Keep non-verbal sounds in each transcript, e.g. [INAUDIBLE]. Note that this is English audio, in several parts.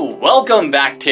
Welcome back to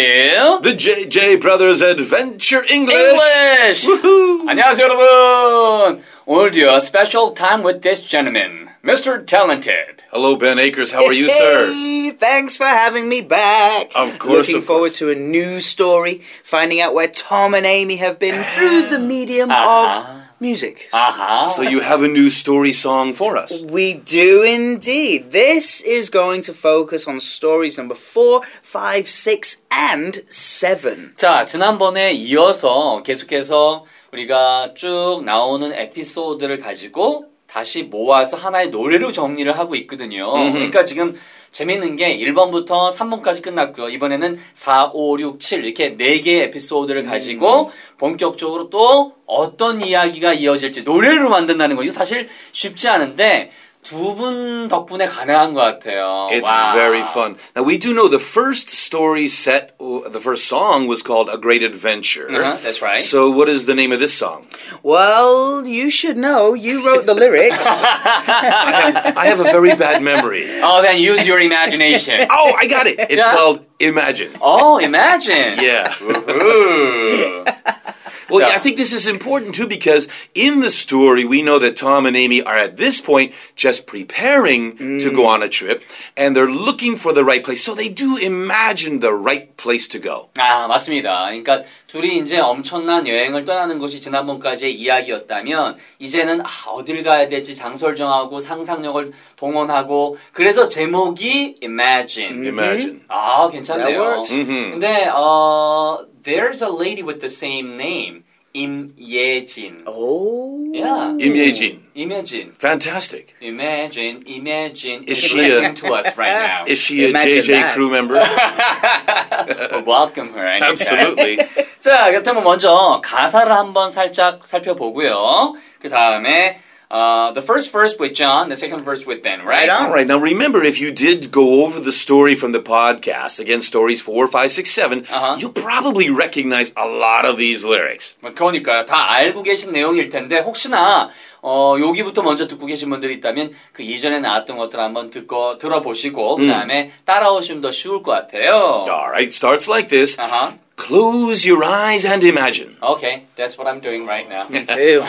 The JJ Brothers Adventure English. English. Woohoo! 안녕하세요, 여러분. 오늘도요, special time with this gentleman, Mr. Talented. Hello, Ben Akers. How are you, sir? Hey, thanks for having me back. Of course, Looking of forward course. to a new story, finding out where Tom and Amy have been through [GASPS] the medium Uh-huh. of music. 아하. So you have a new story song for us. We do indeed. This is going to focus on stories number four, five, six, and seven. 자, 지난번에 이어서 계속해서 우리가 쭉 나오는 에피소드를 가지고 다시 모아서 하나의 노래로 정리를 하고 있거든요. 그러니까 지금 재밌는 게 1번부터 3번까지 끝났고요. 이번에는 4, 5, 6, 7 이렇게 4개의 에피소드를 음. 가지고 본격적으로 또 어떤 이야기가 이어질지 노래로 만든다는 거 이거 사실 쉽지 않은데 두 분 덕분에 가능한 것 같아요. It's 와. very fun. Now we do know the first story set, uh, the first song was called "A Great Adventure." Uh-huh, that's right. So what is the name of this song? Well, you should know you wrote [LAUGHS] the lyrics. I have a very [LAUGHS] bad memory. Oh, then use your [LAUGHS] imagination. Oh, I got it. It's Yeah. called "Imagine." Oh, imagine. Yeah. Ooh. Well, Yeah. yeah, I think this is important too because in the story we know that Tom and Amy are at this point just preparing to go on a trip and they're looking for the right place. So they do imagine the right place to go. 아, 맞습니다. 그러니까 둘이 이제 엄청난 여행을 떠나는 것이 지난번까지의 이야기였다면 이제는 아, 어딜 가야 될지 장소를 정하고 상상력을 동원하고 그래서 제목이 Imagine. Imagine. 아, 괜찮네요. That works. Mm-hmm. 근데 어, there's a lady with the same name. 임예진. oh. Yeah. Im Yejin. Imagine. Fantastic. Imagine. Imagine. Is It's she a- listening to us right now. [LAUGHS] Is she a Imagine JJ that. crew member? Welcome her. anytime. Absolutely. 자, 그렇다면 먼저 가사를 한번 살짝 살펴보고요. 그 다음에 어, the first verse with John, the second verse with Ben, right? Right on. All right, now remember if you did go over the story from the podcast, again, stories four, five, six, seven, Uh-huh. you'll probably recognize a lot of these lyrics. 뭐 그러니까요. 다 알고 계신 내용일 텐데 혹시나 어, 여기부터 먼저 듣고 계신 분들이 있다면 그 이전에 나왔던 것들 한번 듣고 들어보시고 그 다음에 따라오시면 더 쉬울 것 같아요. All right, starts like this. Oh. Uh-huh. Close your eyes and imagine. Okay, that's what I'm doing right now. Me too.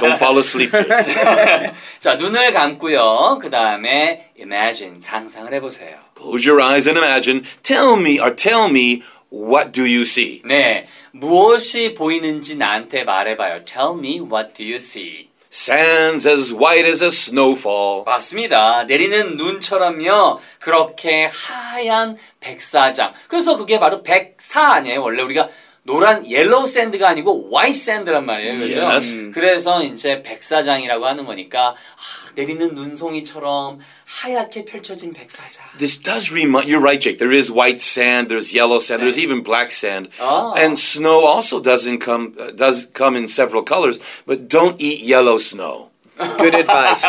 Don't fall asleep. to it. [LAUGHS] 자, 눈을 감고요. 그 다음에 imagine 상상을 해보세요. Close your eyes and imagine. Tell me or tell me what do you see? 네, 무엇이 보이는지 나한테 말해봐요. Tell me what do you see. Sands as white as a snowfall. 맞습니다. 내리는 눈처럼요. 그렇게 하얀 백사장. 그래서 그게 바로 백사 아니에요. 원래 우리가 노란 옐로우 샌드가 아니고 화이트 샌드란 말이에요. 그죠? Yes. 음, 그래서 이제 백사장이라고 하는 거니까 아, 내리는 눈송이처럼 하얗게 펼쳐진 백사장. This does remind. You're right, Jake. There is white sand. There's yellow sand. There's even black sand. Oh. And snow also doesn't come uh, does come in several colors. But don't eat yellow snow. [LAUGHS] Good advice.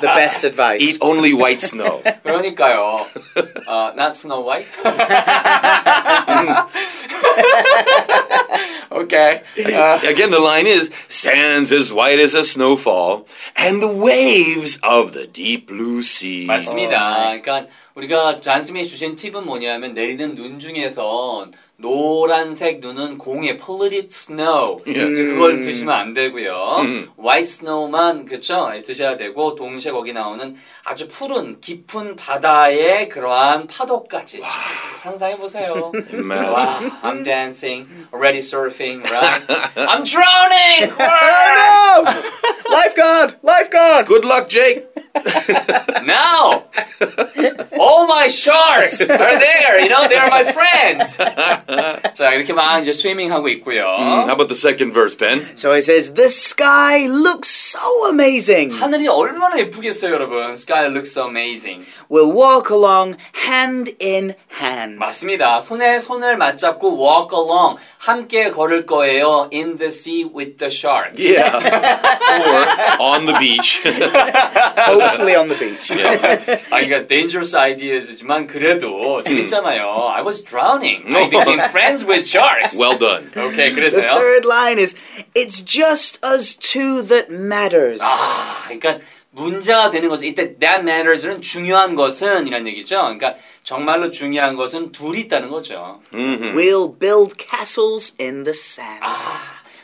The best advice. Eat only white snow. 그러니까요. 어, not Snow White. 오케이. 어, Again, the line is sands as white as a snowfall, and the waves of the deep blue sea. 맞습니다. 그러니까 우리가 잔스미 주신 팁은 뭐냐면 내리는 눈 중에서 노란색 눈은 공에 polluted snow 그걸 드시면 안 되고요. white snow만 그쵸 드셔야 되고 동시에 거기 나오는 아주 푸른 깊은 바다의 그러한 파도까지 상상해 보세요. Imagine. Wow, I'm dancing, already surfing, right? I'm drowning! Oh, no! lifeguard! Lifeguard! Good luck, Jake. Hmm, now! All my sharks are there, you know, they're my friends! 자, 이렇게 막 이제 스위밍하고 있고요. How about the second verse, Ben? So it says, The sky looks so amazing. 하늘이 얼마나 예쁘겠어요, 여러분. Sky looks amazing. We'll walk along hand in hand. 맞습니다. 손에 손을 맞잡고 walk along. 함께 걸을 거예요. In the sea with the sharks. Yeah. [LAUGHS] or on the beach. [LAUGHS] Hopefully on the beach. 아, 그러니까 dangerous ideas지만 그래도 재밌잖아요. I was drowning. I became friends with sharks. 음. well done. 오케이, [LAUGHS] The 그래서요. Ah. third line is, It's just us two that matters. 아, 그러니까 문제가 되는 것은 이때 that matters는 중요한 것은 이란 얘기죠. 그러니까 정말로 중요한 것은 둘이 있다는 거죠. Mm-hmm. We'll build castles in the sand.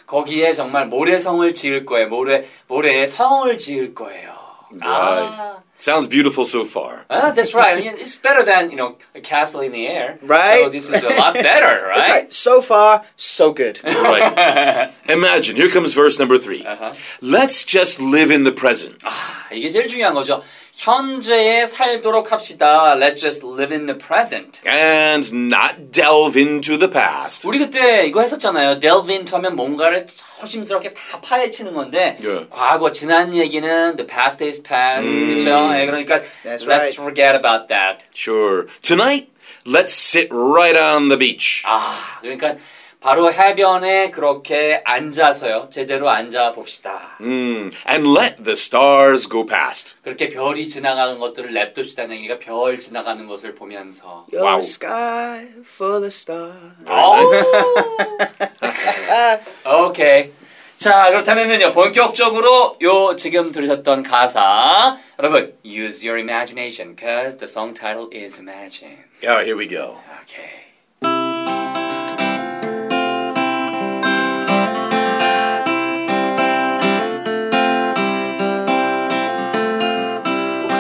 거기에 정말 모래성을 지을 거예요. 모래 모래에 성을 지을 거예요. Right. Sounds beautiful so far. Ah, that's right. I mean, it's better than you know a castle in the air. Right. So this is a lot better, right? [LAUGHS] Eh, That's right. So far, so good. [LAUGHS] Right. Imagine, here comes verse number 3. Uh-huh. Let's just live in the present. 아, 이게 제일 중요한 거죠. 현재에 살도록 합시다. Let's just live in the present. And not delve into the past. 우리 그때 이거 했었잖아요. delve into 하면 뭔가를 조심스럽게 다 파헤치는 건데 예. 과거 지난 얘기는 the past is past 그렇죠? 예, 그러니까 That's let's right. forget about that. Sure. Tonight, let's sit right on the beach. 아 그러니까 바로 해변에 그렇게 앉아서요 제대로 앉아 봅시다. Mm. And let the stars go past. 그렇게 별이 지나가는 것들을 냅둡시다는 얘기가 별 지나가는 것을 보면서. Go Wow. sky for the stars. [LAUGHS] 오케이. 자, 그렇다면요. 본격적으로 요 지금 들으셨던 가사. 여러분, use your imagination cause the song title is imagine. All right, here we go. 오케이.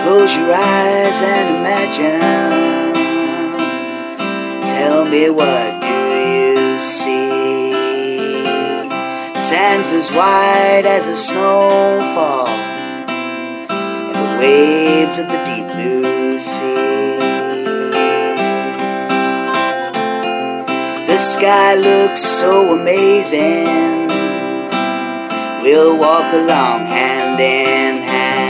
Close your eyes and imagine. Tell me what do you see? Sands as wide as a snowfall, and the waves of the deep blue sea. The sky looks so amazing. We'll walk along hand in hand.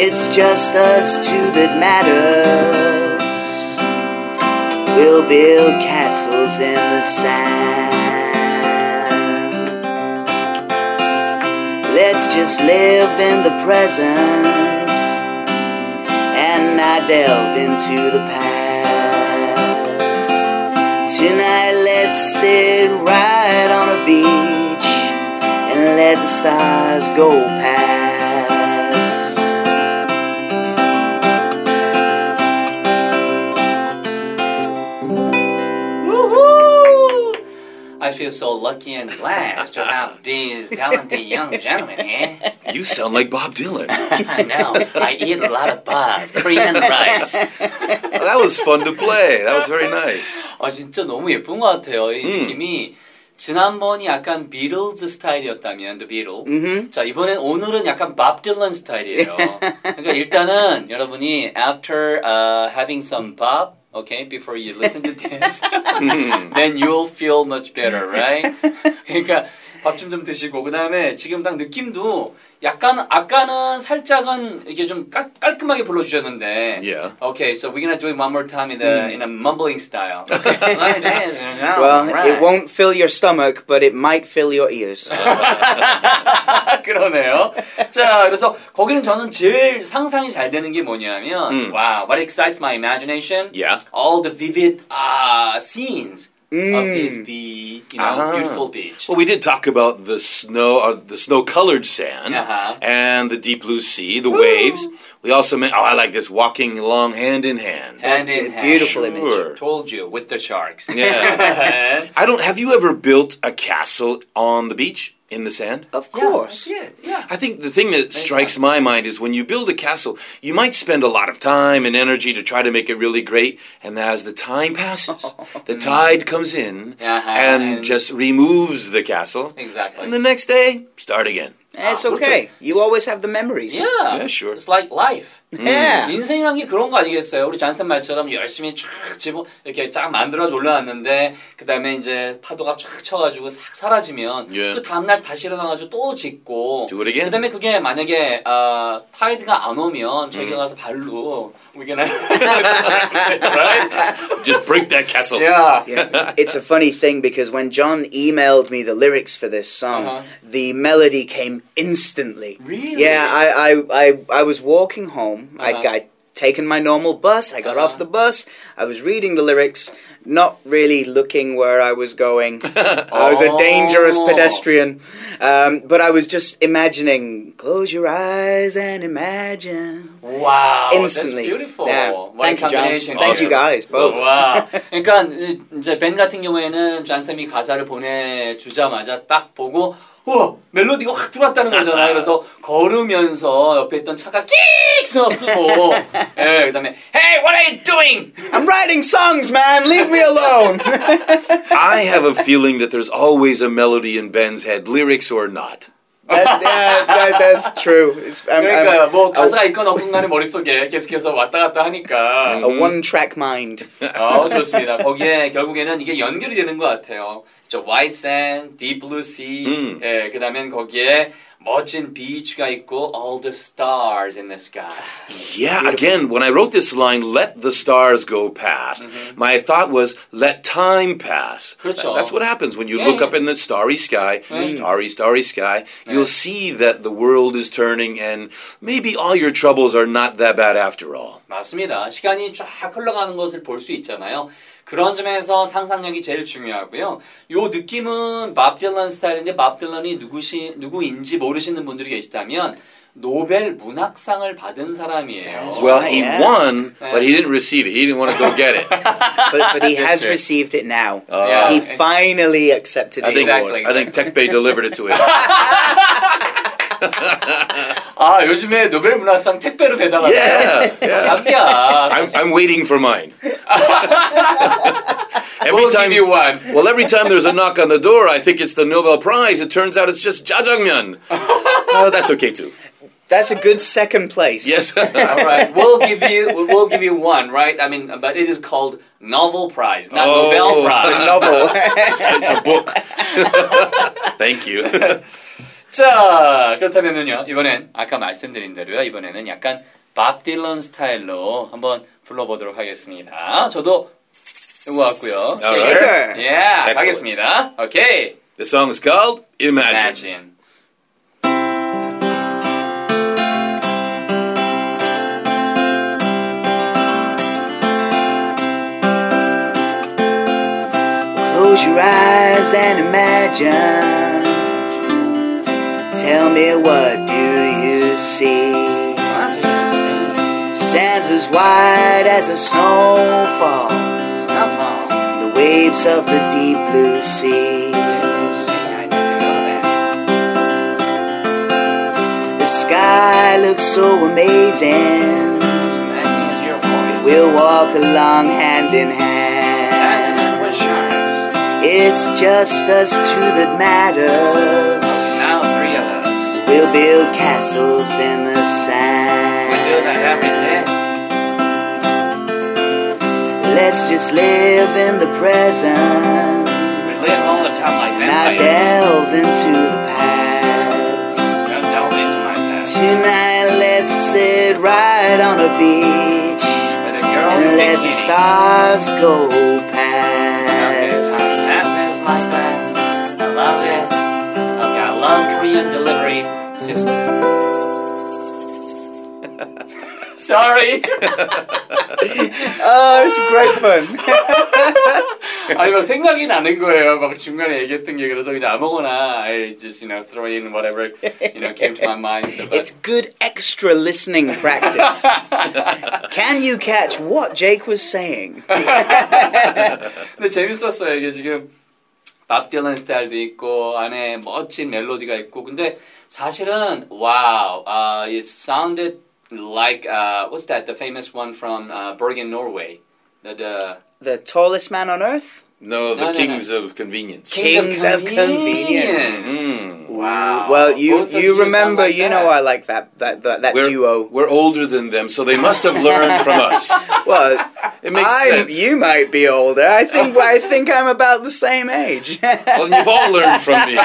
It's just us two that matters. We'll build castles in the sand. Let's just live in the present and not delve into the past. Tonight, let's sit right on a beach and let the stars go past. 우후! I feel so lucky and blessed to have these talented young gentlemen here. You sound like Bob Dylan. I know. I eat a lot of bub, Korean rice. that was fun to play. That was [LAUGHS] very nice. 아 진짜 너무 예쁜 것 같아요. 이 느낌이 지난번이 약간 비틀즈 스타일이었다면 The Beatles. Mm-hmm. 자 이번엔 오늘은 약간 밥 딜런 스타일이에요. 예. 그러니까 일단은 여러분이 after uh, having some pop, okay, before you listen to [LAUGHS] this, then you'll feel much better, [LAUGHS] right? 그러니까 밥 좀 좀 드시고 그 다음에 지금 딱 느낌도 약간 아까는 살짝은 이게 좀 깔, 깔끔하게 불러주셨는데 예. Yeah. Okay, so we're gonna do it one more time in a 음. in a mumbling [LAUGHS] style. Okay. Like this, you know, Well, Oh, right. it won't fill your stomach, but it might fill your ears. [LAUGHS] 그러네요. 자, 그래서 거기는 저는 제일 상상이 잘 되는 게 뭐냐면, wow, what excites my imagination? Yeah. all the vivid uh, scenes of Mm. this be you know Ah. beautiful beach. Well, we did talk about the snow, uh, the snow-colored sand, Uh-huh. and the deep blue sea, the waves. We also meant, oh, I like this walking along hand in hand. Hand in hand. beautiful image. Sure. Told you with the sharks. [LAUGHS] Yeah. I don't. Have you ever built a castle on the beach in the sand? Of course. Yeah, yeah. I think the thing that strikes my mind is when you build a castle, you might spend a lot of time and energy to try to make it really great, and as the time passes, the tide comes in Uh-huh, and, and- just removes the castle. Exactly. And the next day, start again. That's Ah, okay. You always have the memories. Yeah. Mm. Yeah, sure. It's like life. Yeah. 인생이란 게 그런 거 아니겠어요? 우리 잔센 말처럼 열심히 쫙 집어 이렇게 쫙 만들어 올려놨는데 그 다음에 이제 파도가 쫙 쳐가지고 싹 사라지면 예. 그 다음날 다시 일어나가지고 또 짓고 Do it again. 그 [LAUGHS] 다음에 그게 만약에 아, 타이드가 안 오면 저희가 음. 가서 발로 우리가 [LAUGHS] [LAUGHS] right? Just break that castle. yeah. [LAUGHS] Yeah. it's a funny thing because when John emailed me the lyrics for this song, Uh-huh. the melody came instantly. Really? Yeah, I I, I, I was walking home. Uh-huh. I, I taken my normal bus. I got Uh-huh. off the bus. I was reading the lyrics, not really looking where I was [LAUGHS] going. I was a dangerous Oh. pedestrian. Um, but I was just imagining, close your eyes and imagine. Wow, Instantly. that's beautiful. Yeah. What Thank a you, John. combination. Thank Awesome. you guys, both. 와, [LAUGHS] 그러니까 이제 벤 같은 경우에는 존 쌤이 가사를 보내주자마자 딱 보고 우와 멜로디가 확 들어왔다는 거잖아요. 그래서 걸으면서 옆에 있던 차가 끽 쓰고, 예, 그다음에 Hey, what are you doing? [LAUGHS] I'm writing songs, man. Leave me alone. [LAUGHS] [LAUGHS] I have a feeling that there's always a melody in Ben's head, lyrics or not. That- yeah, that- that's true. It's, I'm, 그러니까요, I'm 뭐 가사가 있건 없건 간에 머릿속에 계속해서 왔다 갔다 하니까. a one-track mind. 어, 좋습니다. 거기에 결국에는 이게 연결이 되는 것 같아요. 저 White Sand, Deep Blue Sea, 음. 예, 그다음엔 거기에 멋진 비치가 있고 All the Stars in the Sky. Yeah, again, when I wrote this line, let the stars go past, Mm-hmm. my thought was, let time pass. 그렇죠. That's what happens when you Yeah, look yeah. Mm. up in the starry sky, starry, starry sky, Yeah. you'll see that the world is turning and maybe all your troubles are not that bad after all. 맞습니다. 시간이 쫙 흘러가는 것을 볼 수 있잖아요. 그런 점에서 상상력이 제일 중요하고요. 요 느낌은 밥 딜런 스타일인데 밥 딜런이 누구시, 누구인지 모르시는 분들이 계시다면 노벨 문학상을 받은 사람이에요. Well, right, he yeah. won, Oh, but he Yeah. didn't receive it. He didn't want to go get it. [LAUGHS] But, but he has it. received it now. Oh. Yeah. He finally accepted the I think, award. Exactly. I think TechBay delivered it [LAUGHS] to him. 아, 요즘에 노벨 문학상 택배로 배달하는 Yeah, yeah. 남이야. I'm, I'm waiting [LAUGHS] for mine. every We'll time give you one. Well, every time there's a knock on the door, I think it's the Nobel Prize. It turns out it's [LAUGHS] just jajangmyeon. Oh, that's okay too. That's a good second place. [LAUGHS] Yes. All right, we'll give you we'll give you one, right? I mean, but it is called Novel Prize, not Oh. Nobel A Prize. [LAUGHS] novel. [LAUGHS] it's a book. Thank you. 자, 그렇다면요 이번엔 아까 말씀드린 대로요. 이번에는 약간 밥 딜런 스타일로 한번 불러보도록 하겠습니다. 저도 이거 같고요. All right. sure. 예, yeah, Excellent. 가겠습니다. 오케이. The song is called Imagine. Imagine. Close your eyes and imagine. Tell me what do you see? Sands as wide as a snowfall. The waves of the deep blue sea. The sky looks so amazing. We'll walk along hand in hand. It's just us two that matters. Now three of us. We'll build castles in the We do that sand. every day. Let's just live in the present, We live all the time like not vampires. delve into the past. Don't delve into my past. Tonight, let's sit right on a beach But the girls and let the bikini. stars go past. Passes like that. I love it. I've got love Korean delivery system. [LAUGHS] Sorry. [LAUGHS] Oh, it's great [LAUGHS] fun. 아니 막 생각이 나는 거예요. 막 중간에 얘기했던 게 그래서 그냥 아무거나 I just you know throw in whatever you know came to my mind. So, but It's good extra listening [LAUGHS] [LAUGHS] practice. Can you catch what Jake was saying? [LAUGHS] 근데 재밌었어요. 이게 지금 밥 딜런 스타일도 있고 안에 멋진 멜로디가 있고 근데 사실은 wow, uh, it sounded like uh, what's that? The famous one from uh, Bergen, Norway. The, the The tallest man on earth? No, [LAUGHS] the No, no, no. kings of convenience. Kings of Convenience. 음. Mm. Wow. Well, you Both of you sound remember, like you that. know, I like that that that, that We're, duo. we're older than them, so they must have learned from us. Well, It makes I sense. you might be older. [LAUGHS] I think I think I'm about the same age. [LAUGHS] Well, you've all learned from me. [LAUGHS]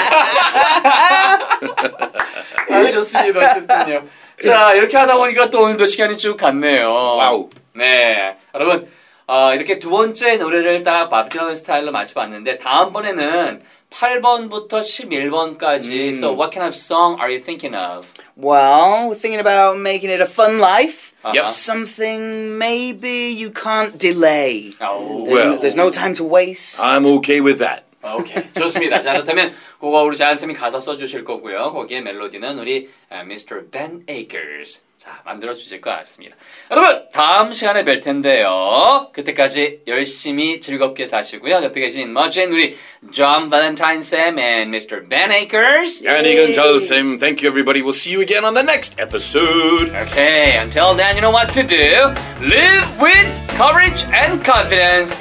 아, 좋습니다. 어쨌든요. 자, 이렇게 하다 보니까 또 오늘도 시간이 쭉 갔네요. 와우. 네. 여러분, 아, 어, 이렇게 두 번째 노래를 딱 바비론 스타일로 맞춰봤는데 다음번에는 8번부터 11번까지 So what kind of song are you thinking of? Well, we're thinking about making it a fun life. Uh-huh. Yep. Something maybe you can't delay. Oh, There's, Well. no, there's no time to waste. I'm okay with that. 오케이 좋습니다. 자 그렇다면 그거 우리 자연쌤이 가사 써주실 거고요. 거기에 멜로디는 우리 아, Mr. Ben Akers 자 만들어 주실 것 같습니다. 여러분 다음 시간에 뵐 텐데요. 그때까지 열심히 즐겁게 사시고요. 옆에 계신 멋진 우리 John Valentine 쌤 and Mr. Ben Akers. And you can tell the same. Thank you, everybody. We'll see you again on the next episode. Okay, until then, you know what to do. Live with courage and confidence.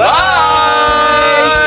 Bye.